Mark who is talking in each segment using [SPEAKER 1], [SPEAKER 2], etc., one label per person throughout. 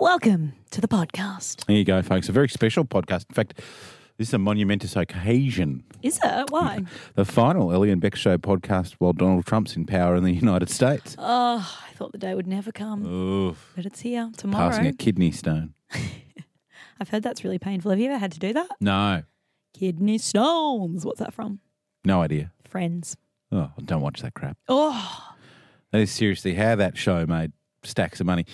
[SPEAKER 1] Welcome to the podcast.
[SPEAKER 2] There you go, folks. A very special podcast. In fact, this is a monumentous occasion.
[SPEAKER 1] Is it? Why?
[SPEAKER 2] The final Ellie and Beck Show podcast while Donald Trump's in power in the United States.
[SPEAKER 1] oh, I thought the day would never come,
[SPEAKER 2] Oof.
[SPEAKER 1] but it's here
[SPEAKER 2] Passing
[SPEAKER 1] tomorrow.
[SPEAKER 2] a kidney stone.
[SPEAKER 1] I've heard that's really painful. Have you ever had to do that?
[SPEAKER 2] No.
[SPEAKER 1] Kidney stones. What's that from?
[SPEAKER 2] No idea.
[SPEAKER 1] Friends.
[SPEAKER 2] Oh, don't watch that crap.
[SPEAKER 1] Oh,
[SPEAKER 2] That is seriously how that show made stacks of money.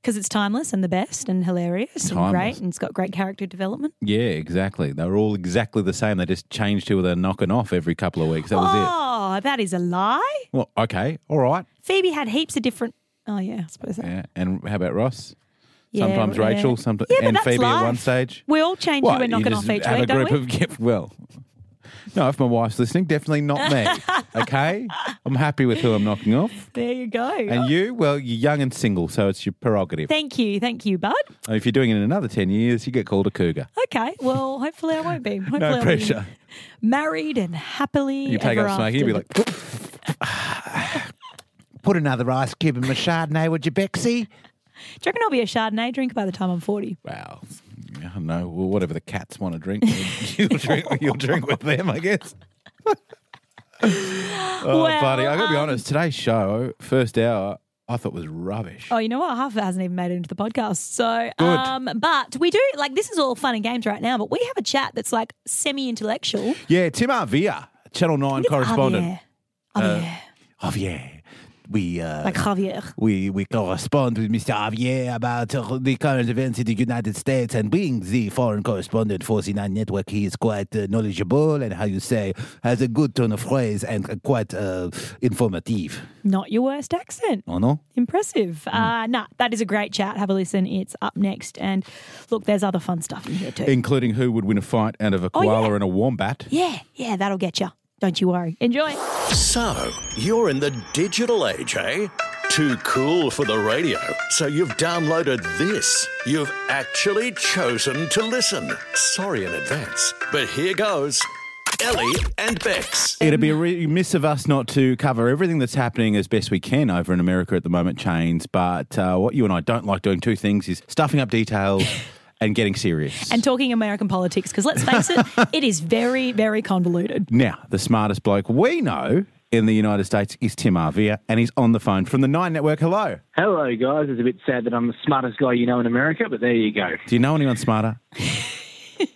[SPEAKER 1] because it's timeless and the best and hilarious and
[SPEAKER 2] Timeless.
[SPEAKER 1] great and it's got great character development.
[SPEAKER 2] Yeah, exactly. They were all exactly the same. They just changed who they're knocking off every couple of weeks. That was
[SPEAKER 1] oh, that is a lie.
[SPEAKER 2] it. Well, okay. All right.
[SPEAKER 1] Phoebe had heaps of different. Oh yeah, I suppose that.
[SPEAKER 2] Yeah. And how about Ross?
[SPEAKER 1] Yeah,
[SPEAKER 2] sometimes
[SPEAKER 1] yeah.
[SPEAKER 2] Rachel, sometimes
[SPEAKER 1] Yeah, but
[SPEAKER 2] and
[SPEAKER 1] that's
[SPEAKER 2] Phoebe at one
[SPEAKER 1] life.
[SPEAKER 2] stage.
[SPEAKER 1] We all change
[SPEAKER 2] What,
[SPEAKER 1] who we're
[SPEAKER 2] you
[SPEAKER 1] knocking
[SPEAKER 2] just
[SPEAKER 1] off each
[SPEAKER 2] have a
[SPEAKER 1] week, don't
[SPEAKER 2] group
[SPEAKER 1] we?
[SPEAKER 2] of yeah, well. No, if my wife's listening, definitely not me. Okay, I'm happy with who I'm knocking off.
[SPEAKER 1] there you go.
[SPEAKER 2] And you, well, you're young and single, so it's your prerogative.
[SPEAKER 1] thank you, thank you, bud.
[SPEAKER 2] And if you're doing it in another ten years, you get called a cougar.
[SPEAKER 1] Okay, well, hopefully I won't be. Hopefully I'll
[SPEAKER 2] No
[SPEAKER 1] be
[SPEAKER 2] pressure.
[SPEAKER 1] married and happily.
[SPEAKER 2] You take
[SPEAKER 1] ever
[SPEAKER 2] up Snakey,
[SPEAKER 1] after.
[SPEAKER 2] you'd be like, "Ah, put another ice cube in my Chardonnay, would you, Bexy?
[SPEAKER 1] Do you reckon I'll be a Chardonnay drinker by the time I'm 40?
[SPEAKER 2] Wow. I don't know. Well, whatever the cats want to drink, you'll drink. You'll drink with them, I guess. oh,
[SPEAKER 1] Well,
[SPEAKER 2] buddy, I got to be
[SPEAKER 1] um,
[SPEAKER 2] honest. Today's show, first hour, I thought was rubbish.
[SPEAKER 1] Oh, you know what? Half of it hasn't even made it into the podcast. So,
[SPEAKER 2] Good.
[SPEAKER 1] um, but we do, like, this is all fun and games right now, but we have a chat that's like semi intellectual.
[SPEAKER 2] Yeah, Tim Arvia, Channel Nine correspondent.
[SPEAKER 1] Javier. Javier.
[SPEAKER 2] Oh yeah, we. Uh,
[SPEAKER 1] like Javier.
[SPEAKER 2] we, we correspond with Mr. Javier about uh, the current events in the United States, and being the foreign correspondent for the Nine Network, he is quite uh, knowledgeable and, how you say, has a good turn of phrase and uh, quite uh, informative.
[SPEAKER 1] Not your worst accent.
[SPEAKER 2] Oh no?
[SPEAKER 1] Impressive.
[SPEAKER 2] Mm.
[SPEAKER 1] Uh, nah, that is a great chat. Have a listen. It's up next. And look, there's other fun stuff in here too.
[SPEAKER 2] Including who would win a fight out of a
[SPEAKER 1] Oh, yeah.
[SPEAKER 2] koala and a wombat.
[SPEAKER 1] yeah, yeah, that'll get you. Don't you worry. Enjoy.
[SPEAKER 3] So, you're in the digital age, eh? Too cool for the radio. So, you've downloaded this. You've actually chosen to listen. Sorry in advance. But here goes Ellie and Bex.
[SPEAKER 2] It'd be remiss of us not to cover everything that's happening as best we can over in America at the moment, Chains. But uh, what you and I don't like doing two things is stuffing up details and getting serious.
[SPEAKER 1] and talking American politics because let's face it, it is very, very convoluted.
[SPEAKER 2] now, the smartest bloke we know in the United States is Tim Arvia, and he's on the phone from the Nine Network. Hello.
[SPEAKER 4] Hello, guys. It's a bit sad that I'm the smartest guy you know in America, but there you go.
[SPEAKER 2] Do you know anyone smarter?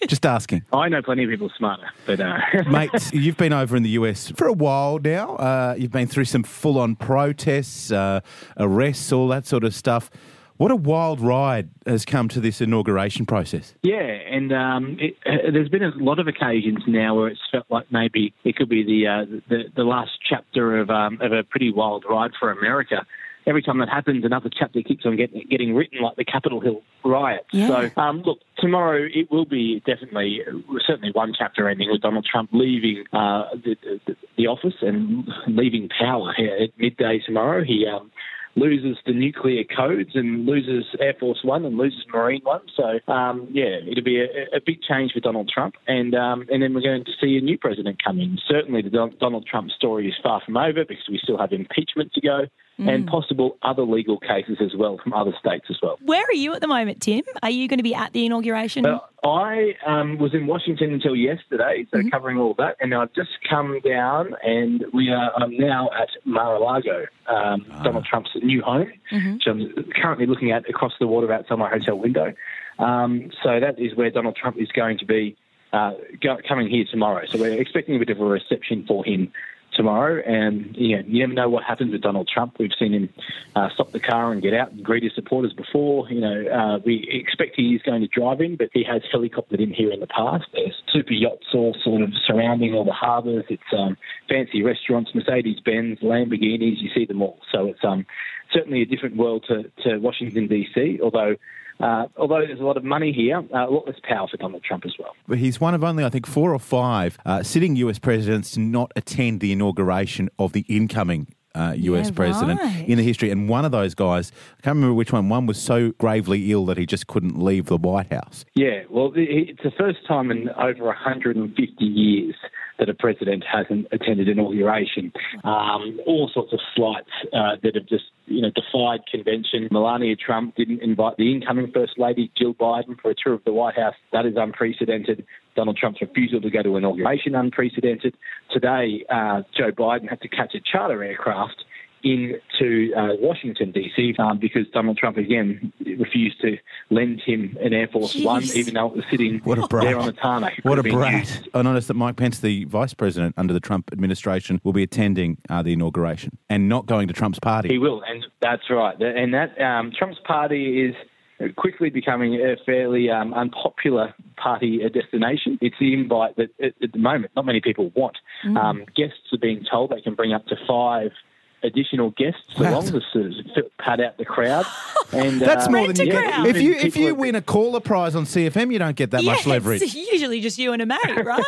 [SPEAKER 2] Just asking.
[SPEAKER 4] I know plenty of people smarter, but uh,
[SPEAKER 2] Mate, you've been over in the US for a while now. Uh, you've been through some full on protests, uh, arrests, all that sort of stuff. What a wild ride has come to this inauguration process.
[SPEAKER 4] yeah. And um, it, uh, there's been a lot of occasions now where it's felt like maybe it could be the uh, the, the last chapter of um, of a pretty wild ride for America. Every time that happens, another chapter keeps on getting getting written, like the Capitol Hill riots.
[SPEAKER 1] Yeah.
[SPEAKER 4] So, um, look, tomorrow it will be definitely uh, certainly one chapter ending with Donald Trump leaving uh, the, the, the office and leaving power here at midday tomorrow. He um, loses the nuclear codes and loses Air Force One and loses Marine One. So um, yeah, it'll be a, a big change for Donald Trump, and um, and then we're going to see a new president come in. Certainly, the Don- Donald Trump story is far from over because we still have impeachment to go. And possible other legal cases as well from other states as well.
[SPEAKER 1] Where are you at the moment, Tim? Are you going to be at the inauguration?
[SPEAKER 4] Well, I um, was in Washington until yesterday, so covering all that, and I've just come down, and we are. I'm now at Mar-a-Lago, um, Donald Trump's new home, which I'm currently looking at across the water outside my hotel window. Um, so that is where Donald Trump is going to be uh, go, coming here tomorrow. So we're expecting a bit of a reception for him. Tomorrow, and you, know, you never know what happens with Donald Trump. We've seen him uh, stop the car and get out and greet his supporters before. You know, uh, we expect he is going to drive in, but he has helicoptered in here in the past. There's super yachts all sort of surrounding all the harbours. It's um, fancy restaurants, Mercedes Benz, Lamborghinis. You see them all. So it's um, certainly a different world to, to Washington DC. Although, uh, although there's a lot of money here, uh, a lot less power for Donald Trump as well.
[SPEAKER 2] But he's one of only, I think, four or five uh, sitting US presidents to not attend the inauguration of the incoming uh, US
[SPEAKER 1] Yeah,
[SPEAKER 2] president
[SPEAKER 1] right.
[SPEAKER 2] in the history. And one of those guys, I can't remember which one, one was so gravely ill that he just couldn't leave the White House.
[SPEAKER 4] Yeah, well, i- it's the first time in over 150 years that a president hasn't attended inauguration. Um, all sorts of slights uh, that have just, you know, defied convention. Melania Trump didn't invite the incoming First Lady Jill Biden for a tour of the White House. That is unprecedented. Donald Trump's refusal to go to inauguration unprecedented. Today, uh, Joe Biden had to catch a charter aircraft into uh, Washington DC um, because Donald Trump again refused to lend him an Air Force
[SPEAKER 1] Jeez.
[SPEAKER 4] One, even though it was sitting
[SPEAKER 2] What a brat.
[SPEAKER 4] there on the tarmac. It
[SPEAKER 2] What a
[SPEAKER 4] could have been
[SPEAKER 2] brat.
[SPEAKER 4] used.
[SPEAKER 2] I noticed that Mike Pence, the vice president under the Trump administration, will be attending uh, the inauguration and not going to Trump's
[SPEAKER 4] He
[SPEAKER 2] party.
[SPEAKER 4] will, and that's right. And that um, Trump's party is quickly becoming a fairly um, unpopular party uh, destination. It's the invite that at, at the moment not many people want.
[SPEAKER 1] Mm.
[SPEAKER 4] Um, guests are being told they can bring up to five additional guests along the to pad out the crowd. And
[SPEAKER 2] That's
[SPEAKER 4] uh,
[SPEAKER 2] more than
[SPEAKER 1] Rent a
[SPEAKER 2] you
[SPEAKER 1] crowd.
[SPEAKER 2] get. If you if
[SPEAKER 4] people
[SPEAKER 2] you
[SPEAKER 4] are-
[SPEAKER 2] win a caller prize on CFM, you don't get that much
[SPEAKER 1] yeah,
[SPEAKER 2] leverage.
[SPEAKER 1] it's usually just you and a mate, right?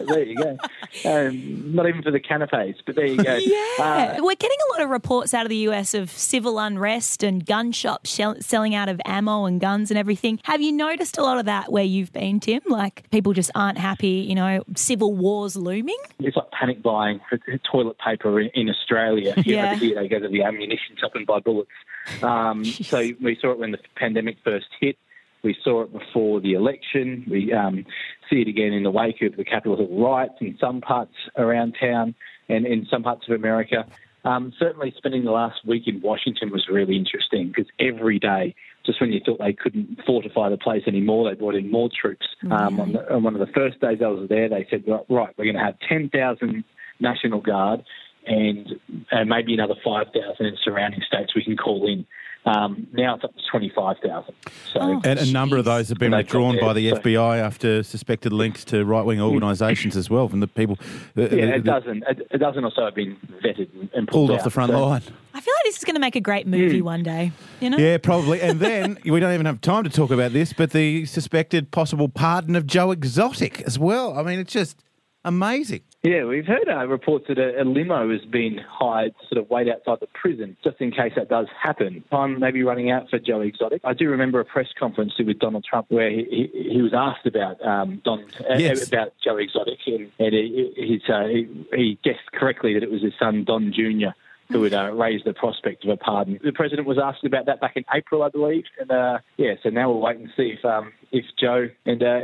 [SPEAKER 4] there you go. Um, not even for the canapes, but there you go. Um,
[SPEAKER 2] Uh,
[SPEAKER 1] yeah. We're getting a lot of reports out of the US of civil unrest and gun shops shell- selling out of ammo and guns and everything. Have you noticed a lot of that where you've been, Tim? Like people just aren't happy, you know, civil wars looming?
[SPEAKER 4] It's like panic buying for toilet paper in, in Australia.
[SPEAKER 1] Yeah.
[SPEAKER 4] Here Over here, they go to the ammunition shop and buy bullets. Um, so we saw it when the pandemic first hit. We saw it before the election. We um, see it again in the wake of the Capitol Hill riots in some parts around town and in some parts of America. Um, certainly, spending the last week in Washington was really interesting because every day, just when you thought they couldn't fortify the place anymore, they brought in more troops. Um, on, the, on one of the first days I was there, they said, "Right, right, we're going to have 10,000 National Guard and uh, maybe another 5,000 in surrounding states we can call in." Um, now it's up to 25,000. So.
[SPEAKER 1] Oh.
[SPEAKER 2] And a number of
[SPEAKER 1] Jeez.
[SPEAKER 2] those have been
[SPEAKER 4] They've
[SPEAKER 2] withdrawn
[SPEAKER 4] got
[SPEAKER 2] by
[SPEAKER 4] their-
[SPEAKER 2] the FBI after suspected links to right wing organisations as well, from the people uh,
[SPEAKER 4] Yeah,
[SPEAKER 2] uh,
[SPEAKER 4] a dozen, a, a dozen or so have been vetted and- and
[SPEAKER 2] pulled
[SPEAKER 4] pulled,
[SPEAKER 2] off
[SPEAKER 4] out.
[SPEAKER 2] the front
[SPEAKER 4] So-
[SPEAKER 2] line.
[SPEAKER 1] I feel like this is going to make a great movie one day, you know?
[SPEAKER 2] Hmm. Yeah, probably. And then we don't even have time to talk about this, but the suspected possible pardon of Joe Exotic as well. I mean, it's just amazing.
[SPEAKER 4] Yeah, we've heard uh, reports that a, a limo has been hired to sort of wait outside the prison just in case that does happen. Time may be running out for Joe Exotic. I do remember a press conference with Donald Trump where he, he, he was asked about um, Don uh,
[SPEAKER 2] Yes.
[SPEAKER 4] about Joe Exotic, and, and he, he, uh, he, he guessed correctly that it was his son Don Jr. Who had uh, raised the prospect of a pardon? The president was asked about that back in April, I believe, and uh, yeah. So now we'll wait and see if um, if Joe and uh,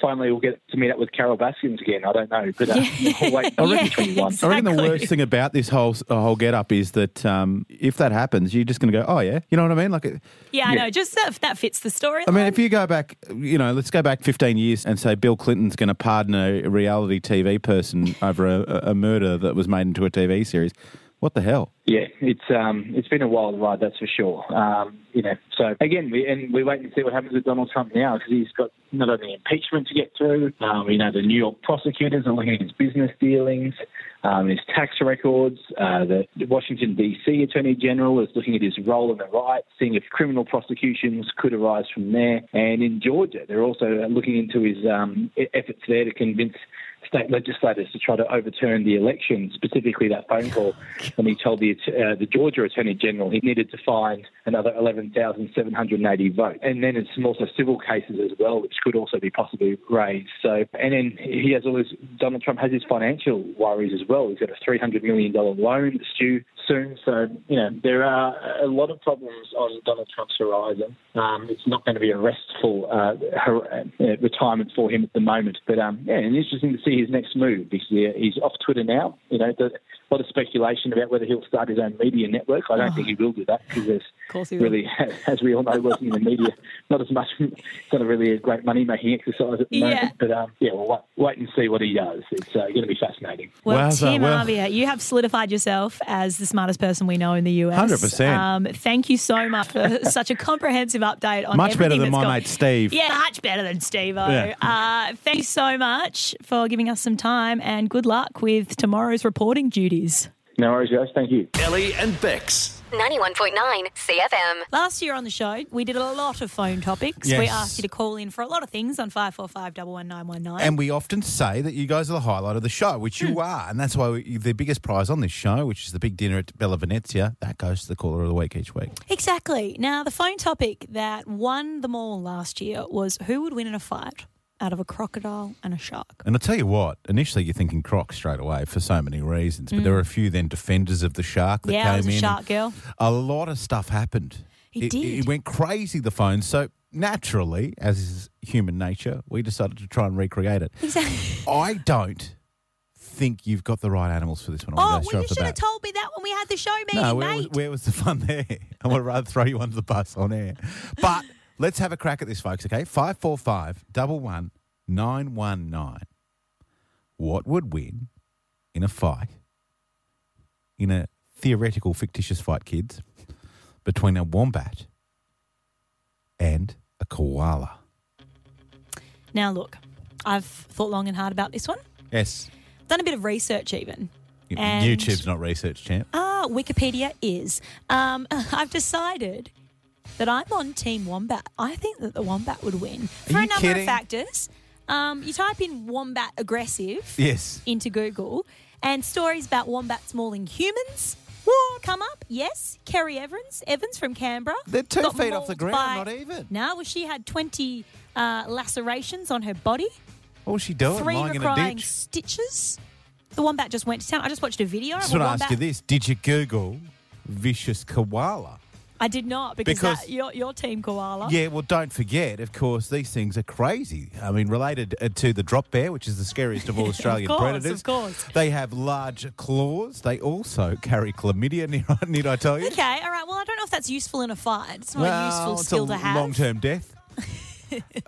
[SPEAKER 4] finally we'll get to meet up with Carol Baskins again. I don't know, but uh, we'll wait. I reckon
[SPEAKER 1] Yeah,
[SPEAKER 4] 21.
[SPEAKER 1] exactly.
[SPEAKER 2] I reckon the worst thing about this whole uh, whole get up is that um, if that happens, you're just going to go, oh yeah, you know what I mean? Like, it-
[SPEAKER 1] Yeah, I know. Just that, that fits the story.
[SPEAKER 2] I mean, if you go back, you know, let's go back 15 years and say Bill Clinton's going to pardon a reality TV person over a, a murder that was made into a TV series. What the hell?
[SPEAKER 4] Yeah, it's um, it's been a wild ride, that's for sure. Um, you know, so again, we, and we wait and see what happens with Donald Trump now because he's got not only impeachment to get through, um, you know, the New York prosecutors are looking at his business dealings, um, his tax records. Uh, the Washington D.C. Attorney General is looking at his role in the riots, seeing if criminal prosecutions could arise from there. And in Georgia, they're also looking into his um, e- efforts there to convince state legislators to try to overturn the election, specifically that phone call when he told the, uh, the Georgia Attorney General he needed to find another 11,780 votes. And then it's some also civil cases as well, which could also be possibly raised. So, and then he has all his, Donald Trump has his financial worries as well. He's got a $300 million loan that's due soon. So, you know, there are a lot of problems on Donald Trump's horizon. Um, it's not going to be a restful uh, her- uh, retirement for him at the moment. But um, yeah, and interesting to see his next move because he- he's off Twitter now. You know, the, a lot of speculation about whether he'll start his own media network. I don't think he will do that because there's
[SPEAKER 1] course he will.
[SPEAKER 4] really, as we all know, working in the media, not as much. It's not a really a great money making exercise at the
[SPEAKER 1] Yeah.
[SPEAKER 4] moment. But um, yeah, we'll wait, wait and see what he does. It's uh, going to be fascinating.
[SPEAKER 1] Well,
[SPEAKER 2] Wowza,
[SPEAKER 1] Tim
[SPEAKER 2] well-
[SPEAKER 1] Avia, you have solidified yourself as the smartest person we know in the US.
[SPEAKER 2] 100%.
[SPEAKER 1] Um, thank you so much for such a comprehensive update on
[SPEAKER 2] Much better
[SPEAKER 1] everything
[SPEAKER 2] than
[SPEAKER 1] that's
[SPEAKER 2] my
[SPEAKER 1] gone-
[SPEAKER 2] mate Steve.
[SPEAKER 1] Yeah, much better than Steve.
[SPEAKER 2] Yeah.
[SPEAKER 1] Uh, thank you so much for giving us some time and good luck with tomorrow's reporting duties.
[SPEAKER 4] No worries, guys. Thank you.
[SPEAKER 3] Ellie and Bex.
[SPEAKER 5] 91.9 CFM.
[SPEAKER 1] Last year on the show, we did a lot of phone topics. We
[SPEAKER 2] Yes.
[SPEAKER 1] asked you to call in for a lot of things on 545 11919.
[SPEAKER 2] And we often say that you guys are the highlight of the show, which you are. And that's why we, the biggest prize on this show, which is the big dinner at Bella Venezia, that goes to the caller of the week each week.
[SPEAKER 1] Exactly. Now, the phone topic that won them all last year was who would win in a fight out of a crocodile and a shark?
[SPEAKER 2] And I'll tell you what, initially you're thinking croc straight away for so many reasons, but there were a few then defenders of the shark that
[SPEAKER 1] Mm. Yeah, I
[SPEAKER 2] came
[SPEAKER 1] was a
[SPEAKER 2] in.
[SPEAKER 1] shark girl.
[SPEAKER 2] A lot of stuff happened.
[SPEAKER 1] It
[SPEAKER 2] it,
[SPEAKER 1] did.
[SPEAKER 2] It went crazy, the phone. So naturally, as is human nature, we decided to try and recreate it.
[SPEAKER 1] Exactly.
[SPEAKER 2] I don't think you've got the right animals for this one.
[SPEAKER 1] Oh,
[SPEAKER 2] I'm gonna
[SPEAKER 1] well,
[SPEAKER 2] go
[SPEAKER 1] you
[SPEAKER 2] straight off the
[SPEAKER 1] should have
[SPEAKER 2] bat.
[SPEAKER 1] told me that when we had the show meeting,
[SPEAKER 2] No, where
[SPEAKER 1] mate.
[SPEAKER 2] was, where was the fun there? I would rather throw you under the bus on air. But let's have a crack at this, folks, okay? 545 11 919. What would win in a fight, in a theoretical fictitious fight, kids, between a wombat and a koala?
[SPEAKER 1] Now, look, I've thought long and hard about this one,
[SPEAKER 2] Yes.
[SPEAKER 1] done a bit of research even.
[SPEAKER 2] Y-
[SPEAKER 1] And-
[SPEAKER 2] YouTube's not research, champ.
[SPEAKER 1] Ah, Wikipedia is. Um, I've decided that I'm on Team Wombat. I think that the Wombat would win for
[SPEAKER 2] you
[SPEAKER 1] a number
[SPEAKER 2] kidding?
[SPEAKER 1] of factors. Um, you type in Wombat aggressive.
[SPEAKER 2] Yes.
[SPEAKER 1] into Google, and stories about wombats mauling humans will come up. Yes, Kerry Evans, Evans from Canberra.
[SPEAKER 2] They're two
[SPEAKER 1] got
[SPEAKER 2] feet off the
[SPEAKER 1] mauled
[SPEAKER 2] ground,
[SPEAKER 1] by-
[SPEAKER 2] not even.
[SPEAKER 1] No, well, she had 20 uh, lacerations on her body,
[SPEAKER 2] What was she doing?
[SPEAKER 1] three
[SPEAKER 2] Oh, lying in a
[SPEAKER 1] requiring
[SPEAKER 2] ditch.
[SPEAKER 1] stitches. The wombat just went to town. I just watched a video.
[SPEAKER 2] I just
[SPEAKER 1] of a
[SPEAKER 2] want to ask
[SPEAKER 1] wombat.
[SPEAKER 2] you this Did you Google vicious koala?
[SPEAKER 1] I did not because,
[SPEAKER 2] Because-
[SPEAKER 1] that, your, your team koala.
[SPEAKER 2] Yeah, well, don't forget, of course, these things are crazy. I mean, related uh, to the drop bear, which is the scariest of all Australian
[SPEAKER 1] course,
[SPEAKER 2] predators.
[SPEAKER 1] of course.
[SPEAKER 2] They have large claws. They also carry chlamydia, need I, need I tell you?
[SPEAKER 1] Okay, all right. Well, I don't know if that's useful in a fight. It's not
[SPEAKER 2] well,
[SPEAKER 1] a useful
[SPEAKER 2] it's
[SPEAKER 1] skill
[SPEAKER 2] a
[SPEAKER 1] to have.
[SPEAKER 2] long-term death.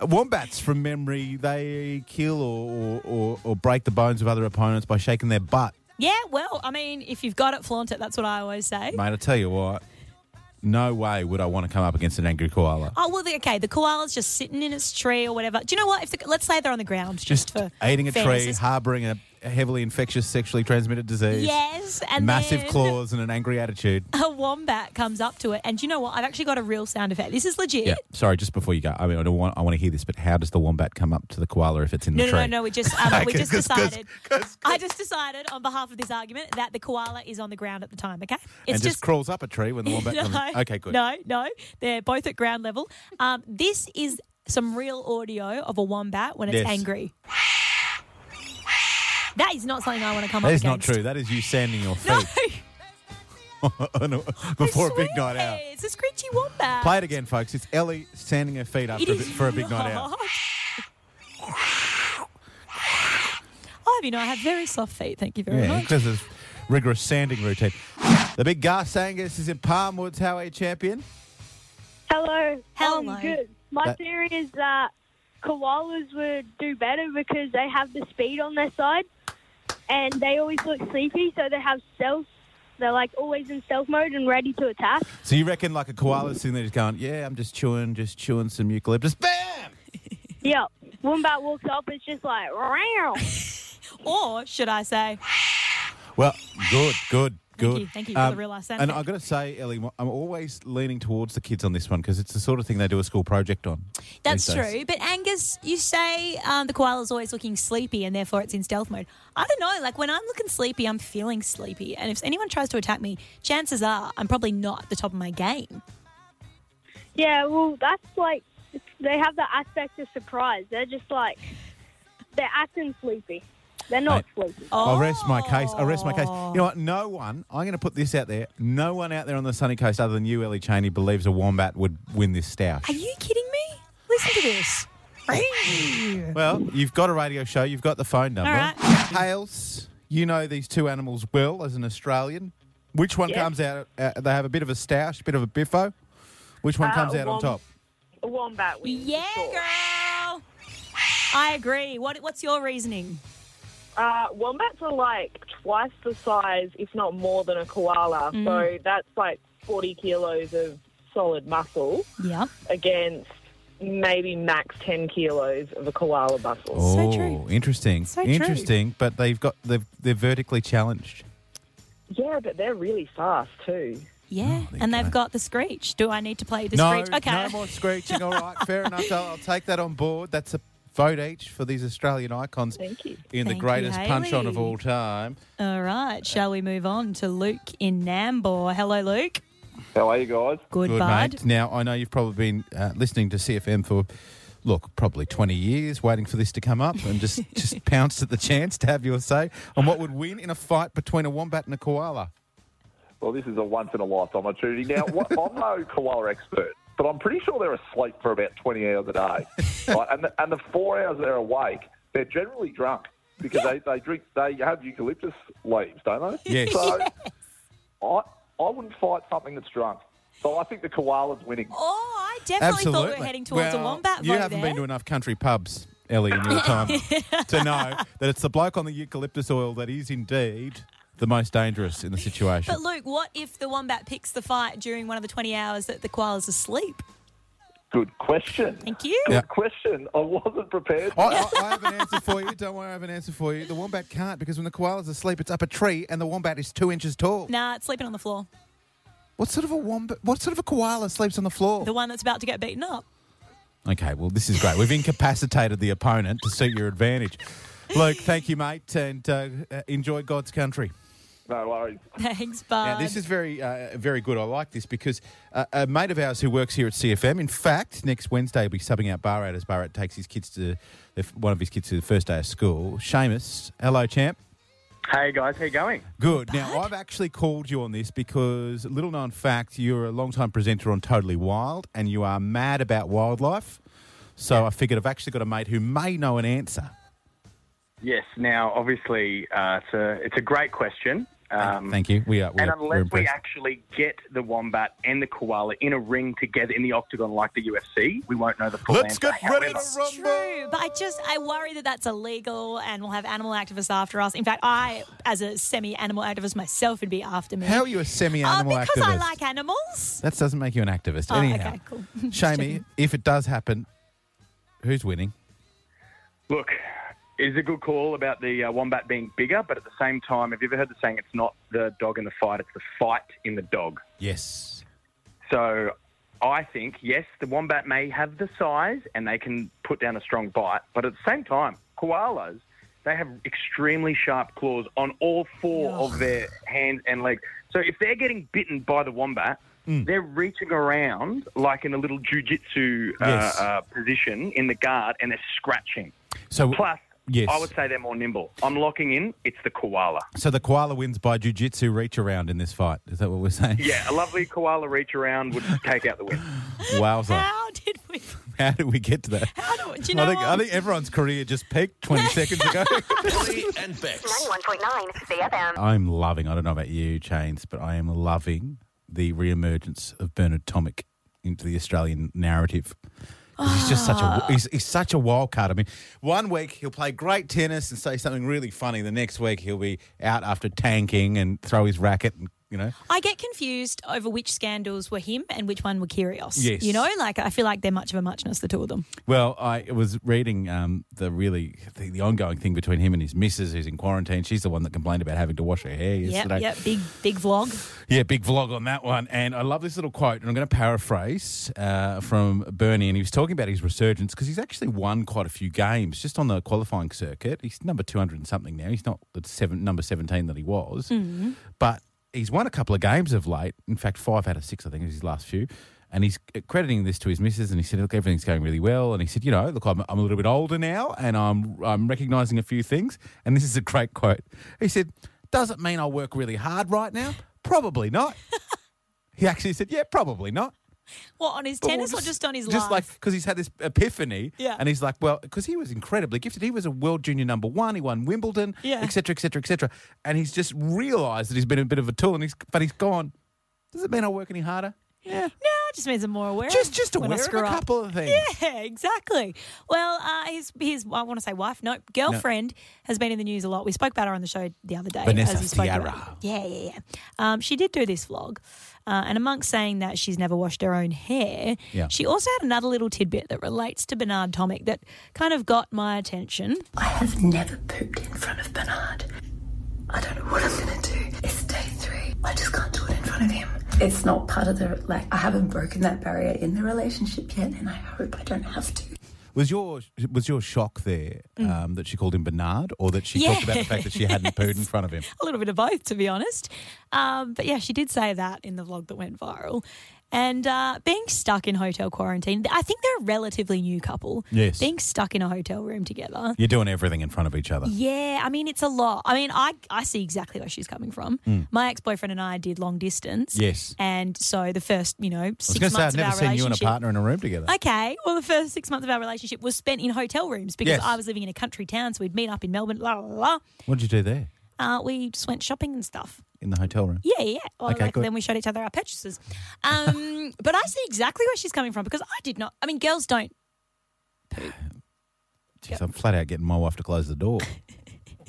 [SPEAKER 2] Wombats, from memory, they kill or, or, or, or break the bones of other opponents by shaking their butt.
[SPEAKER 1] Yeah, well, I mean, if you've got it, flaunt it. That's what I always say.
[SPEAKER 2] Mate, I tell you what, no way would I want to come up against an angry koala.
[SPEAKER 1] Oh well, the, okay. The koala's just sitting in its tree or whatever. Do you know what? If the, let's say they're on the ground, just,
[SPEAKER 2] Just
[SPEAKER 1] for
[SPEAKER 2] eating a tree,
[SPEAKER 1] fairness.
[SPEAKER 2] harbouring a a heavily infectious, sexually transmitted disease.
[SPEAKER 1] Yes, and
[SPEAKER 2] massive
[SPEAKER 1] then
[SPEAKER 2] claws and an angry attitude.
[SPEAKER 1] A wombat comes up to it, and do you know what? I've actually got a real sound effect. This is legit.
[SPEAKER 2] Yeah. Sorry, just before you go, I mean, I don't want. I want to hear this, but how does the wombat come up to the koala if it's in
[SPEAKER 1] No,
[SPEAKER 2] the
[SPEAKER 1] no,
[SPEAKER 2] tree?
[SPEAKER 1] no, no. We just, um, we
[SPEAKER 2] Okay,
[SPEAKER 1] just
[SPEAKER 2] 'cause- 'cause-
[SPEAKER 1] decided.
[SPEAKER 2] 'cause-
[SPEAKER 1] I just decided on behalf of this argument that the koala is on the ground at the time. Okay,
[SPEAKER 2] and just, crawls up a tree when the wombat. comes. Okay, good.
[SPEAKER 1] No, no. They're both at ground level. Um, this is some real audio of a wombat when it's
[SPEAKER 2] Yes.
[SPEAKER 1] angry. That is not something I want to come
[SPEAKER 2] That
[SPEAKER 1] up
[SPEAKER 2] is
[SPEAKER 1] against.
[SPEAKER 2] not true. That is you sanding your
[SPEAKER 1] No,
[SPEAKER 2] feet on a- before a big
[SPEAKER 1] swear.
[SPEAKER 2] night out.
[SPEAKER 1] It's a screechy wombat.
[SPEAKER 2] Play it again, folks. It's Ellie sanding her feet up
[SPEAKER 1] It
[SPEAKER 2] for a, bit,
[SPEAKER 1] is
[SPEAKER 2] for a big night out.
[SPEAKER 1] not. I Oh, have, you know, I have very soft feet. Thank you very
[SPEAKER 2] Yeah,
[SPEAKER 1] much.
[SPEAKER 2] because of rigorous sanding routine. The big Garth Angus is in Palmwoods. How are you, champion?
[SPEAKER 6] Hello.
[SPEAKER 1] Hello.
[SPEAKER 6] Um, good. My
[SPEAKER 2] That-
[SPEAKER 6] theory is that koalas would do better because they have the speed on their side and they always look sleepy, so they have stealth. They're like always in stealth mode and ready to attack.
[SPEAKER 2] So you reckon like a koala sitting there just going, yeah, I'm just chewing, just chewing some eucalyptus. Bam!
[SPEAKER 6] Yep. Wombat walks up, it's just like, "Row."
[SPEAKER 1] Or should I say,
[SPEAKER 2] Well, good, good, good. Um,
[SPEAKER 1] you, thank you for the real life sound
[SPEAKER 2] And
[SPEAKER 1] effect.
[SPEAKER 2] I've got to say, Ellie, I'm always leaning towards the kids on this one because it's the sort of thing they do a school project on.
[SPEAKER 1] that's
[SPEAKER 2] these days.
[SPEAKER 1] true. But Angus, you say um, the koala's always looking sleepy and therefore it's in stealth mode. I don't know. Like when I'm looking sleepy, I'm feeling sleepy. And if anyone tries to attack me, chances are I'm probably not at the top of my game.
[SPEAKER 6] yeah, well, that's like, they have the aspect of surprise. They're just like, they're acting sleepy. They're not sleepy.
[SPEAKER 1] Oh.
[SPEAKER 2] I'll rest my case. I'll rest my case. You know what? No one, I'm going to put this out there, no one out there on the sunny coast other than you, Ellie Cheney, believes a wombat would win this stoush.
[SPEAKER 1] Are you kidding me? Listen to this.
[SPEAKER 2] Well, you've got a radio show, you've got the phone number.
[SPEAKER 1] All right.
[SPEAKER 2] Hales, you know these two animals well as an Australian. Which one
[SPEAKER 6] Yeah.
[SPEAKER 2] comes out? Uh, they have a bit of a stoush, a bit of a biffo. Which one
[SPEAKER 7] Uh,
[SPEAKER 2] comes out on
[SPEAKER 7] wom-
[SPEAKER 2] top?
[SPEAKER 7] A wombat wins.
[SPEAKER 1] Yeah,
[SPEAKER 7] for sure.
[SPEAKER 1] girl. I agree. What, what's your reasoning?
[SPEAKER 7] Uh, wombats are like twice the size, if not more, than a koala. So that's like 40 kilos of solid muscle
[SPEAKER 1] Yeah.
[SPEAKER 7] against maybe max 10 kilos of a koala muscle.
[SPEAKER 2] Oh.
[SPEAKER 1] So true.
[SPEAKER 2] interesting,
[SPEAKER 1] So true.
[SPEAKER 2] interesting. But they've got they've, they're vertically challenged.
[SPEAKER 7] Yeah, but they're really fast too.
[SPEAKER 1] Yeah,
[SPEAKER 2] there
[SPEAKER 1] and
[SPEAKER 2] you
[SPEAKER 1] they've
[SPEAKER 2] go.
[SPEAKER 1] got the screech. Do I need to play the
[SPEAKER 2] Oh, no,
[SPEAKER 1] screech? Okay.
[SPEAKER 2] no more screeching. All right, fair enough. I'll, I'll take that on board. That's a vote each for these Australian icons
[SPEAKER 7] Thank you.
[SPEAKER 2] in
[SPEAKER 1] Thank
[SPEAKER 2] the
[SPEAKER 1] you,
[SPEAKER 2] greatest punch on of
[SPEAKER 1] Hayley.
[SPEAKER 2] all time.
[SPEAKER 1] All right, shall we move on to Luke in Nambour? Hello, Luke.
[SPEAKER 8] How are you guys?
[SPEAKER 1] Good,
[SPEAKER 2] Good,
[SPEAKER 1] bud.
[SPEAKER 2] mate. Now, I know you've probably been uh, listening to CFM for, look, probably 20 years, waiting for this to come up and just, just pounced at the chance to have your say on what would win in a fight between a wombat and a koala.
[SPEAKER 8] Well, this is a once in a lifetime opportunity. Now, what, I'm no koala expert, but I'm pretty sure they're asleep for about 20 hours a day. right? and, the, and the four hours they're awake, they're generally drunk because they, they drink, they have eucalyptus leaves, don't they?
[SPEAKER 2] Yes.
[SPEAKER 8] So I, I wouldn't fight something that's drunk. So I think the koala's winning.
[SPEAKER 1] Oh, I definitely
[SPEAKER 2] Absolutely.
[SPEAKER 1] thought we were heading towards
[SPEAKER 2] Well,
[SPEAKER 1] a wombat
[SPEAKER 2] You
[SPEAKER 1] vote
[SPEAKER 2] haven't
[SPEAKER 1] there.
[SPEAKER 2] been to enough country pubs, Ellie, in your time to know that it's the bloke on the eucalyptus oil that is indeed the most dangerous in the situation.
[SPEAKER 1] but Luke, what if the wombat picks the fight during one of the 20 hours that the koala's asleep?
[SPEAKER 8] Good question.
[SPEAKER 1] Thank you.
[SPEAKER 2] Yeah.
[SPEAKER 8] Question. I wasn't prepared.
[SPEAKER 2] I, I, I have an answer for you. Don't worry, I have an answer for you. The wombat can't because when the koala's asleep, it's up a tree and the wombat is two inches tall.
[SPEAKER 1] Nah, it's sleeping on the floor.
[SPEAKER 2] What sort of a wombat? What sort of a koala sleeps on the floor?
[SPEAKER 1] The one that's about to get beaten up.
[SPEAKER 2] Okay, well, this is great. We've incapacitated the opponent to suit your advantage. Luke, thank you, mate, and uh, uh, enjoy God's country.
[SPEAKER 8] No worries.
[SPEAKER 1] Thanks, bud.
[SPEAKER 2] Now,
[SPEAKER 9] Um,
[SPEAKER 2] this is very, uh, very good. I like this because uh, a mate of ours who works here at CFM, in fact, next Wednesday will be subbing out Barat as Barat takes his kids to the, one of his kids to the first day of school. Seamus, hello, champ.
[SPEAKER 9] Hey guys, how you going?
[SPEAKER 2] Good. Now, I've actually called you on this because, little known fact, you're a long time presenter on Totally Wild and you are mad about wildlife. So I figured I've actually got a mate who may know an answer.
[SPEAKER 9] Yes. Now, obviously, uh, it's a it's a great question.
[SPEAKER 2] Thank you. We are. We're,
[SPEAKER 9] Um, And
[SPEAKER 2] we're
[SPEAKER 9] unless we
[SPEAKER 2] impressed.
[SPEAKER 9] actually get the wombat and the koala in a ring together in the octagon like the UFC, we won't know the full
[SPEAKER 2] Let's
[SPEAKER 9] answer.
[SPEAKER 2] get ready
[SPEAKER 9] However,
[SPEAKER 2] to rumble.
[SPEAKER 1] True, but I just I worry that that's illegal, and we'll have animal activists after us. In fact, I, as a semi-animal activist myself, would be after me.
[SPEAKER 2] How are you a
[SPEAKER 1] Oh,
[SPEAKER 2] semi-animal
[SPEAKER 1] because
[SPEAKER 2] activist?
[SPEAKER 1] I like animals.
[SPEAKER 2] That doesn't make you an activist.
[SPEAKER 1] Oh,
[SPEAKER 2] Anyhow,
[SPEAKER 1] okay, cool.
[SPEAKER 2] Shamey, if it does happen, who's winning?
[SPEAKER 9] Look, it is a good call about the uh, wombat being bigger, but at the same time, have you ever heard the saying? It's not the dog in the fight; it's the fight in the dog.
[SPEAKER 2] Yes.
[SPEAKER 9] So I think, yes, the wombat may have the size and they can put down a strong bite, but at the same time, koalas, they have extremely sharp claws on all four of their hands and legs. So if they're getting bitten by the wombat,
[SPEAKER 2] Hmm.
[SPEAKER 9] They're reaching around like in a little jujitsu uh,
[SPEAKER 2] Yes.
[SPEAKER 9] uh, position in the guard, and they're scratching.
[SPEAKER 2] So
[SPEAKER 9] Plus,
[SPEAKER 2] Yes.
[SPEAKER 9] I would say they're more nimble. I'm locking in. It's the koala.
[SPEAKER 2] So the koala wins by jujitsu reach around in this fight. Is that what we're saying?
[SPEAKER 9] Yeah, a lovely koala reach around would take out the win.
[SPEAKER 2] Wowza.
[SPEAKER 1] How did we?
[SPEAKER 2] How did we get to that?
[SPEAKER 1] How do, do you know?
[SPEAKER 2] I think
[SPEAKER 1] what?
[SPEAKER 2] I think everyone's career just peaked 20 seconds ago.
[SPEAKER 3] Ellie and Bex.
[SPEAKER 5] 91.9 CFM.
[SPEAKER 2] I'm loving. I don't know about you, Chains, but I am loving the reemergence of Bernard Tomic into the Australian narrative. 'Cause He's just such a he's, he's such a wild card. I mean, one week he'll play great tennis and say something really funny. The next week he'll be out after tanking and throw his racket and you know.
[SPEAKER 1] I get confused over which scandals were him and which one were Kyrgios.
[SPEAKER 2] Yes.
[SPEAKER 1] You know, like I feel like they're much of a muchness, the two of them.
[SPEAKER 2] Well, I was reading um, the really the, the ongoing thing between him and his missus, who's in quarantine. She's the one that complained about having to wash her hair yesterday.
[SPEAKER 1] Yeah, yeah, big, big vlog.
[SPEAKER 2] Yeah, big vlog on that one. And I love this little quote, and I'm going to paraphrase uh, from Bernie. And he was talking about his resurgence because he's actually won quite a few games just on the qualifying circuit. He's number 200 and something now. He's not the seven, number 17 that he was. But he's won a couple of games of late. In fact, five out of six, I think, is his last few. And he's crediting this to his missus, and he said, "Look, everything's going really well." And he said, "You know, look, I'm, I'm a little bit older now, and I'm I'm recognizing a few things." And this is a great quote. He said, "Doesn't mean I work really hard right now. Probably not." he actually said, "Yeah, probably not."
[SPEAKER 1] What on his
[SPEAKER 2] But
[SPEAKER 1] tennis
[SPEAKER 2] we'll
[SPEAKER 1] or just on his
[SPEAKER 2] just
[SPEAKER 1] life?
[SPEAKER 2] like because he's had this epiphany
[SPEAKER 1] Yeah.
[SPEAKER 2] and he's like well because he was incredibly gifted he was a world junior number one he won wimbledon
[SPEAKER 1] Yeah.
[SPEAKER 2] etc etc etc and he's just realized that he's been a bit of a tool and he's but he's gone does it mean i work any harder yeah
[SPEAKER 1] no, it just means I'm more aware.
[SPEAKER 2] just
[SPEAKER 1] of
[SPEAKER 2] just
[SPEAKER 1] Eh, when I
[SPEAKER 2] aware of
[SPEAKER 1] screw
[SPEAKER 2] a
[SPEAKER 1] up.
[SPEAKER 2] couple of things
[SPEAKER 1] Yeah, exactly. Well, uh, his his I want to say wife, no, girlfriend has been in the news a lot. We spoke about her on the show the other day.
[SPEAKER 2] Vanessa
[SPEAKER 1] as we spoke
[SPEAKER 2] Sierra.
[SPEAKER 1] about- Yeah, yeah, yeah. Um, she did do this vlog, uh, and amongst saying that she's never washed her own hair,
[SPEAKER 2] Yeah.
[SPEAKER 1] she also had another little tidbit that relates to Bernard Tomic that kind of got my attention.
[SPEAKER 10] I have never pooped in front of Bernard. I don't know what I'm gonna do. It's day three. I just can't do it in front of him. It's not part of the, like, I haven't broken that barrier in the relationship yet, and I hope I don't have to.
[SPEAKER 2] Was your was your shock there
[SPEAKER 1] Mm.
[SPEAKER 2] um, that she called him Bernard, or that she
[SPEAKER 1] Yeah.
[SPEAKER 2] talked about the fact that she hadn't pooed in front of him?
[SPEAKER 1] a little bit of both, to be honest. Um, but yeah, she did say that in the vlog that went viral. And uh, being stuck in hotel quarantine, I think they're a relatively new couple.
[SPEAKER 2] Yes.
[SPEAKER 1] Being stuck in a hotel room together.
[SPEAKER 2] You're doing everything in front of each other.
[SPEAKER 1] Yeah, I mean, it's a lot. I mean, I, I see exactly where she's coming from.
[SPEAKER 2] Mm.
[SPEAKER 1] My ex boyfriend and I did long distance.
[SPEAKER 2] Yes.
[SPEAKER 1] And so the first, you know,
[SPEAKER 2] I was
[SPEAKER 1] six
[SPEAKER 2] going
[SPEAKER 1] months
[SPEAKER 2] to say I've
[SPEAKER 1] of
[SPEAKER 2] never
[SPEAKER 1] our
[SPEAKER 2] seen you and a
[SPEAKER 1] relationship.
[SPEAKER 2] partner in a room together.
[SPEAKER 1] Okay. Well, the first six months of our relationship was spent in hotel rooms because
[SPEAKER 2] Yes.
[SPEAKER 1] I was living in a country town. So we'd meet up in Melbourne, la, la, la.
[SPEAKER 2] What did you do there
[SPEAKER 1] la. Uh, we just went shopping and stuff.
[SPEAKER 2] in the hotel room?
[SPEAKER 1] Yeah, yeah. Well,
[SPEAKER 2] Okay,
[SPEAKER 1] like,
[SPEAKER 2] good.
[SPEAKER 1] then we showed each other our purchases. Um, but I see exactly where she's coming from because I did not. I mean, girls don't.
[SPEAKER 2] Jeez, I'm flat out getting my wife to close the door.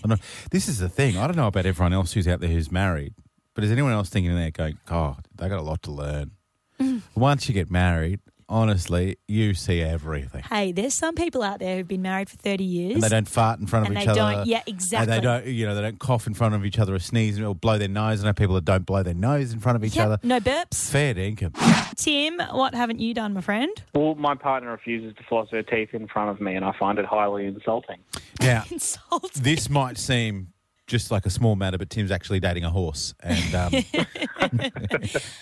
[SPEAKER 2] I don't, this is the thing. I don't know about everyone else who's out there who's married, but is anyone else thinking in there going, God, they got a lot to learn?
[SPEAKER 1] Mm.
[SPEAKER 2] Once you get married, honestly, you see everything.
[SPEAKER 1] Hey, there's some people out there who've been married for 30 years.
[SPEAKER 2] And they don't fart in front of
[SPEAKER 1] And
[SPEAKER 2] each
[SPEAKER 1] they
[SPEAKER 2] other.
[SPEAKER 1] don't- yeah, exactly.
[SPEAKER 2] And they don't, you know, they don't cough in front of each other or sneeze or blow their nose. I know people that don't blow their nose in front of each
[SPEAKER 1] Yep,
[SPEAKER 2] other.
[SPEAKER 1] No burps.
[SPEAKER 2] Fair dinkum.
[SPEAKER 1] Tim, what haven't you done, my friend?
[SPEAKER 11] Well, my partner refuses to floss her teeth in front of me, and I find it highly insulting.
[SPEAKER 2] Now,
[SPEAKER 1] Insult.
[SPEAKER 2] this might seem just like a small matter, but Tim's actually dating a horse. And um,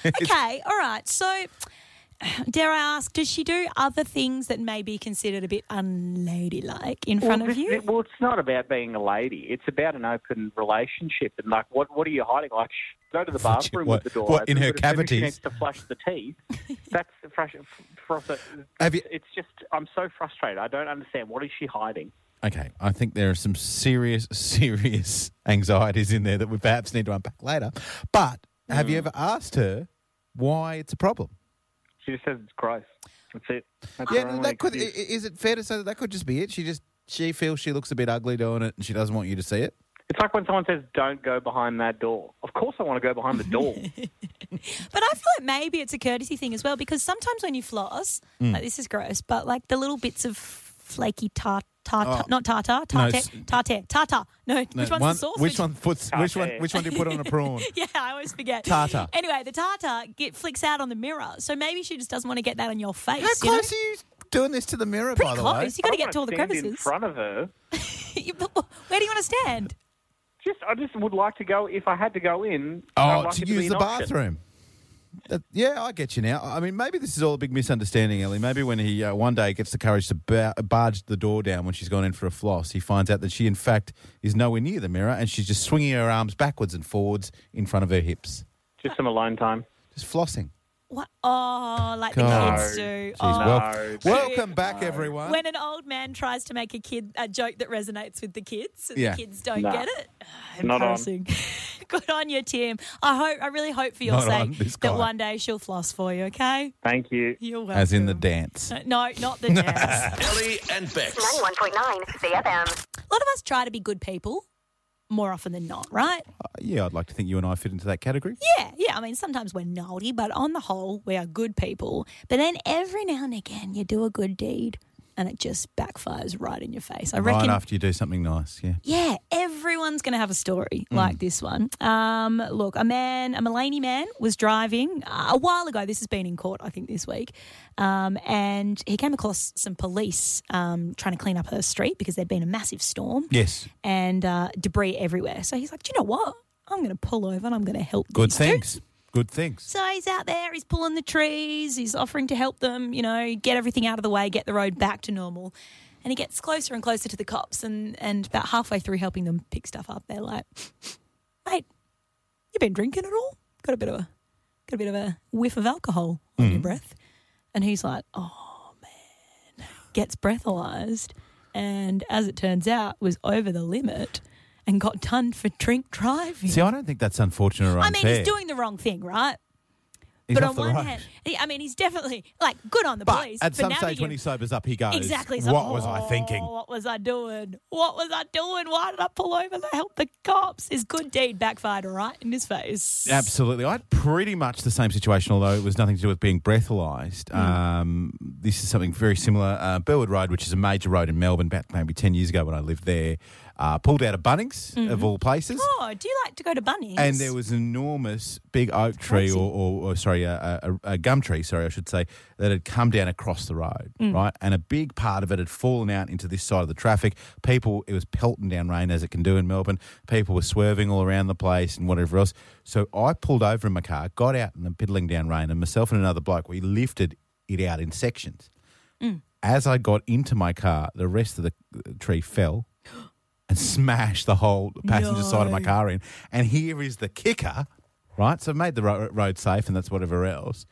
[SPEAKER 1] Okay, all right. So, dare I ask, does she do other things that may be considered a bit unladylike in front
[SPEAKER 11] well,
[SPEAKER 1] of
[SPEAKER 11] this-
[SPEAKER 1] you?
[SPEAKER 11] it- well, it's not about being a lady. It's about an open relationship. And like, what what are you hiding? Like, sh- go to the
[SPEAKER 2] What you-
[SPEAKER 11] bathroom
[SPEAKER 2] what-
[SPEAKER 11] with the door
[SPEAKER 2] what,
[SPEAKER 11] open,
[SPEAKER 2] in her
[SPEAKER 11] but as soon as she
[SPEAKER 2] cavities?
[SPEAKER 11] needs to flush the teeth. That's the fresh. Froth-
[SPEAKER 2] Have you-
[SPEAKER 11] It's just I'm so frustrated. I don't understand. What is she hiding?
[SPEAKER 2] Okay, I think there are some serious, serious anxieties in there that we perhaps need to unpack later. But have you ever asked her why it's a problem?
[SPEAKER 11] She just says it's gross. That's it. That's her
[SPEAKER 2] yeah,
[SPEAKER 11] only
[SPEAKER 2] that could. i- i-
[SPEAKER 11] excuse.
[SPEAKER 2] Is it fair to say that that could just be it? She just she feels she looks a bit ugly doing it, and she doesn't want you to see it.
[SPEAKER 11] It's like when someone says, "Don't go behind that door." Of course, I want to go behind the door.
[SPEAKER 1] But I feel like maybe it's a courtesy thing as well because sometimes when you floss,
[SPEAKER 2] Mm.
[SPEAKER 1] like, this is gross, but like the little bits of flaky tart, tart,
[SPEAKER 2] Oh.
[SPEAKER 1] not tartar,
[SPEAKER 2] No,
[SPEAKER 1] tartar,
[SPEAKER 2] it's-
[SPEAKER 1] tartar, tartar. No,
[SPEAKER 2] No,
[SPEAKER 1] which one's
[SPEAKER 2] one-
[SPEAKER 1] the sauce?
[SPEAKER 2] Which one puts? Which one?
[SPEAKER 11] Tartar.
[SPEAKER 2] Which one do you put on a prawn?
[SPEAKER 1] yeah, I always forget.
[SPEAKER 2] Tartar.
[SPEAKER 1] Anyway, the tartar get flicks out on the mirror, so maybe she just doesn't want to get that on your face.
[SPEAKER 2] How
[SPEAKER 1] you know?
[SPEAKER 2] close are you doing this to the mirror?
[SPEAKER 1] Pretty
[SPEAKER 2] by the way,
[SPEAKER 1] close. You got
[SPEAKER 11] I
[SPEAKER 1] to
[SPEAKER 11] don't
[SPEAKER 1] get to all the
[SPEAKER 11] wanna stand in
[SPEAKER 1] crevices.
[SPEAKER 11] front of her.
[SPEAKER 1] You- Where do you want to stand?
[SPEAKER 11] Just, I just would like to go. If I had to go in, I'd
[SPEAKER 2] Oh,
[SPEAKER 11] like
[SPEAKER 2] to
[SPEAKER 11] it be
[SPEAKER 2] use the
[SPEAKER 11] an option.
[SPEAKER 2] bathroom. That- yeah, I get you now. I mean, maybe this is all a big misunderstanding, Ellie. Maybe when he uh, one day gets the courage to ba- barge the door down when she's gone in for a floss, he finds out that she, in fact, is nowhere near the mirror and she's just swinging her arms backwards and forwards in front of her hips,
[SPEAKER 11] Just some alone time.
[SPEAKER 2] just flossing.
[SPEAKER 1] What? Oh, like
[SPEAKER 2] God.
[SPEAKER 1] the kids do.
[SPEAKER 2] Jeez,
[SPEAKER 1] Oh.
[SPEAKER 2] wel-
[SPEAKER 11] No.
[SPEAKER 2] welcome back, everyone.
[SPEAKER 1] When an old man tries to make a kid a joke that resonates with the kids and
[SPEAKER 2] Yeah.
[SPEAKER 1] the kids don't
[SPEAKER 11] Nah.
[SPEAKER 1] get it.
[SPEAKER 11] Not on.
[SPEAKER 1] Embarrassing. Good on you, Tim. I hope I really hope for your
[SPEAKER 2] Not on this
[SPEAKER 1] sake that
[SPEAKER 2] guy.
[SPEAKER 1] one day she'll floss for you, okay?
[SPEAKER 11] Thank you.
[SPEAKER 1] You're welcome. Uh,
[SPEAKER 2] As in the dance.
[SPEAKER 1] No, not the dance.
[SPEAKER 3] Ellie and Bex.
[SPEAKER 5] 91.9 CFM.
[SPEAKER 1] a lot of us try to be good people more often than not, right?
[SPEAKER 2] Uh, yeah, I'd like to think you and I fit into that category.
[SPEAKER 1] Yeah, yeah. I mean, sometimes we're naughty, but on the whole, we are good people. But then every now and again, you do a good deed and it just backfires right in your face. I reckon.
[SPEAKER 2] Right after you do something nice, yeah.
[SPEAKER 1] Yeah, everyone's going to have a story like this one. Um, look, a man, a Mullaney man, was driving uh, a while ago. This has been in court, I think, this week. Um, and he came across some police um, trying to clean up a street because there'd been a massive storm
[SPEAKER 2] Yes.
[SPEAKER 1] and uh, debris everywhere. So he's like, do you know what? I'm going to pull over and I'm going to help
[SPEAKER 2] Good
[SPEAKER 1] these dudes."
[SPEAKER 2] things. Good things.
[SPEAKER 1] So he's out there, he's pulling the trees, he's offering to help them, you know, get everything out of the way, get the road back to normal. And he gets closer and closer to the cops, and, and about halfway through helping them pick stuff up, they're like, mate, you been drinking at all? Got a bit of a got a bit of a whiff of alcohol on your breath. And he's like, Oh man gets breathalyzed and as it turns out was over the limit and got done for drink driving.
[SPEAKER 2] See, I don't think that's unfortunate or
[SPEAKER 1] I
[SPEAKER 2] unfair.
[SPEAKER 1] mean, he's doing the wrong thing, right?
[SPEAKER 2] He's
[SPEAKER 1] but
[SPEAKER 2] off
[SPEAKER 1] on
[SPEAKER 2] the
[SPEAKER 1] one
[SPEAKER 2] road.
[SPEAKER 1] hand, he, I mean, he's definitely like good on the
[SPEAKER 2] But
[SPEAKER 1] police.
[SPEAKER 2] at
[SPEAKER 1] for
[SPEAKER 2] some stage,
[SPEAKER 1] navigating-
[SPEAKER 2] when he sobers up, he goes,
[SPEAKER 1] Exactly. He's
[SPEAKER 2] What
[SPEAKER 1] like,
[SPEAKER 2] was I
[SPEAKER 1] "Oh,
[SPEAKER 2] thinking?
[SPEAKER 1] What was I doing? What was I doing? Why did I pull over to help the cops? His good deed backfired right in his face.
[SPEAKER 2] Absolutely. I had pretty much the same situation, although it was nothing to do with being breathalyzed.
[SPEAKER 1] Hmm.
[SPEAKER 2] Um, this is something very similar. Uh, Burwood Road, which is a major road in Melbourne, about maybe 10 years ago when I lived there, uh, pulled out of Bunnings, of all places.
[SPEAKER 1] Oh, do you like to go to Bunnings?
[SPEAKER 2] And there was an enormous big oak tree, or, or, or sorry, a, a, a gum tree, sorry, I should say, that had come down across the road,
[SPEAKER 1] Mm.
[SPEAKER 2] right? And a big part of it had fallen out into this side of the traffic. People, it was pelting down rain as it can do in Melbourne. People were swerving all around the place and whatever else. So I pulled over in my car, got out in the piddling down rain, and myself and another bloke, we lifted it out in sections.
[SPEAKER 1] Mm.
[SPEAKER 2] As I got into my car, the rest of the uh, tree fell and smashed the whole passenger side of my
[SPEAKER 1] No.
[SPEAKER 2] car in. And here is the kicker, right? So I've made the ro- road safe and that's whatever else.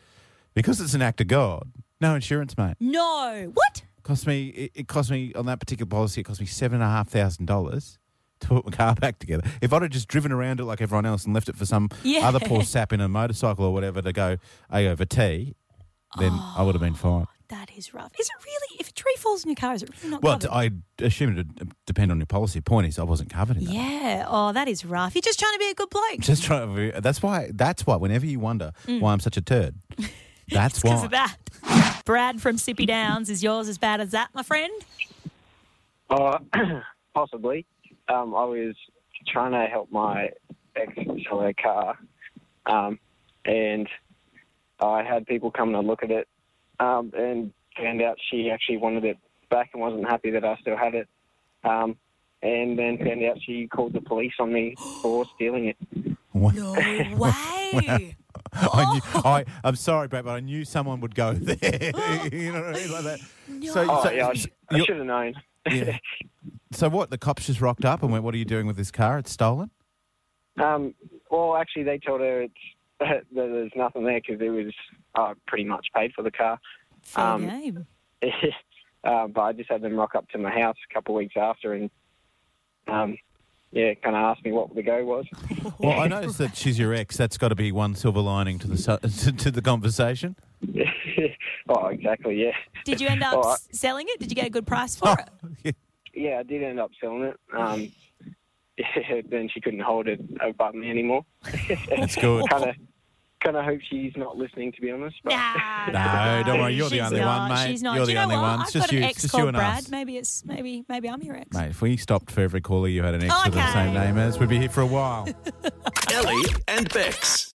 [SPEAKER 2] Because it's an act of God, no insurance, mate.
[SPEAKER 1] Mm. No. What?
[SPEAKER 2] Cost me. It, it cost me on that particular policy. It cost me seven and a half thousand dollars to put my car back together. If I'd have just driven around it like everyone else and left it for some
[SPEAKER 1] Yeah.
[SPEAKER 2] other poor sap in a motorcycle or whatever to go A over T, then I would have
[SPEAKER 1] Oh,
[SPEAKER 2] been fine.
[SPEAKER 1] That is rough. Is it really? If a tree falls in your car, is it really not
[SPEAKER 2] Well,
[SPEAKER 1] covered?
[SPEAKER 2] I assume it would depend on your policy. Point is, I wasn't covered in that.
[SPEAKER 1] yeah. Oh, that is rough. You're just trying to be a good bloke.
[SPEAKER 2] Just trying to. Be, that's why. That's why. Whenever you wonder
[SPEAKER 1] Mm.
[SPEAKER 2] why I'm such a turd, that's
[SPEAKER 1] because
[SPEAKER 2] why.
[SPEAKER 1] of that. Brad from Sippy Downs, is yours as bad as that, my friend?
[SPEAKER 9] Uh, possibly. Um, I was trying to help my ex sell her car, um, and I had people come to look at it, um, and found out she actually wanted it back and wasn't happy that I still had it, um, and then found out she called the police on me for stealing it.
[SPEAKER 2] No way. I knew, I, I'm sorry, Brad, but I knew someone would go there. you know what I mean, like that.
[SPEAKER 9] Oh, yeah, I sh- I
[SPEAKER 2] you're-
[SPEAKER 9] should have known.
[SPEAKER 2] yeah. So what? The cops just rocked up and went, "What are you doing with this car? It's stolen."
[SPEAKER 9] Um, well, actually, they told her it's, that there's nothing there because it was uh, pretty much paid for the car.
[SPEAKER 1] Fair
[SPEAKER 9] um,
[SPEAKER 1] game.
[SPEAKER 9] uh, but I just had them rock up to my house a couple of weeks after and, um, yeah, kind of asked me what the go was.
[SPEAKER 2] Well, I noticed that she's your ex. That's got to be one silver lining to the su- to, to the conversation.
[SPEAKER 9] oh, exactly, yeah.
[SPEAKER 1] Did you end up
[SPEAKER 9] Well, I-
[SPEAKER 1] s- selling it? Did you get a good price for it?
[SPEAKER 9] yeah, I did end up selling it. Um, then she couldn't hold it above me anymore.
[SPEAKER 2] That's good.
[SPEAKER 9] kind of, kind of hope she's not listening, to be honest. But
[SPEAKER 2] No, don't worry. You're the
[SPEAKER 1] She's
[SPEAKER 2] only
[SPEAKER 1] not,
[SPEAKER 2] one, mate.
[SPEAKER 1] She's not.
[SPEAKER 2] You're
[SPEAKER 1] Do
[SPEAKER 2] the
[SPEAKER 1] you know
[SPEAKER 2] only
[SPEAKER 1] what?
[SPEAKER 2] one.
[SPEAKER 1] I've
[SPEAKER 2] It's just
[SPEAKER 1] got
[SPEAKER 2] you.
[SPEAKER 1] an
[SPEAKER 2] It's
[SPEAKER 1] ex
[SPEAKER 2] just you
[SPEAKER 1] called
[SPEAKER 2] and
[SPEAKER 1] Brad.
[SPEAKER 2] us.
[SPEAKER 1] Maybe it's maybe maybe I'm your ex.
[SPEAKER 2] Mate, if we stopped for every caller you had an ex with the
[SPEAKER 1] Oh, Okay.
[SPEAKER 2] same name as, we'd be here for a while.
[SPEAKER 3] Ellie and Bex.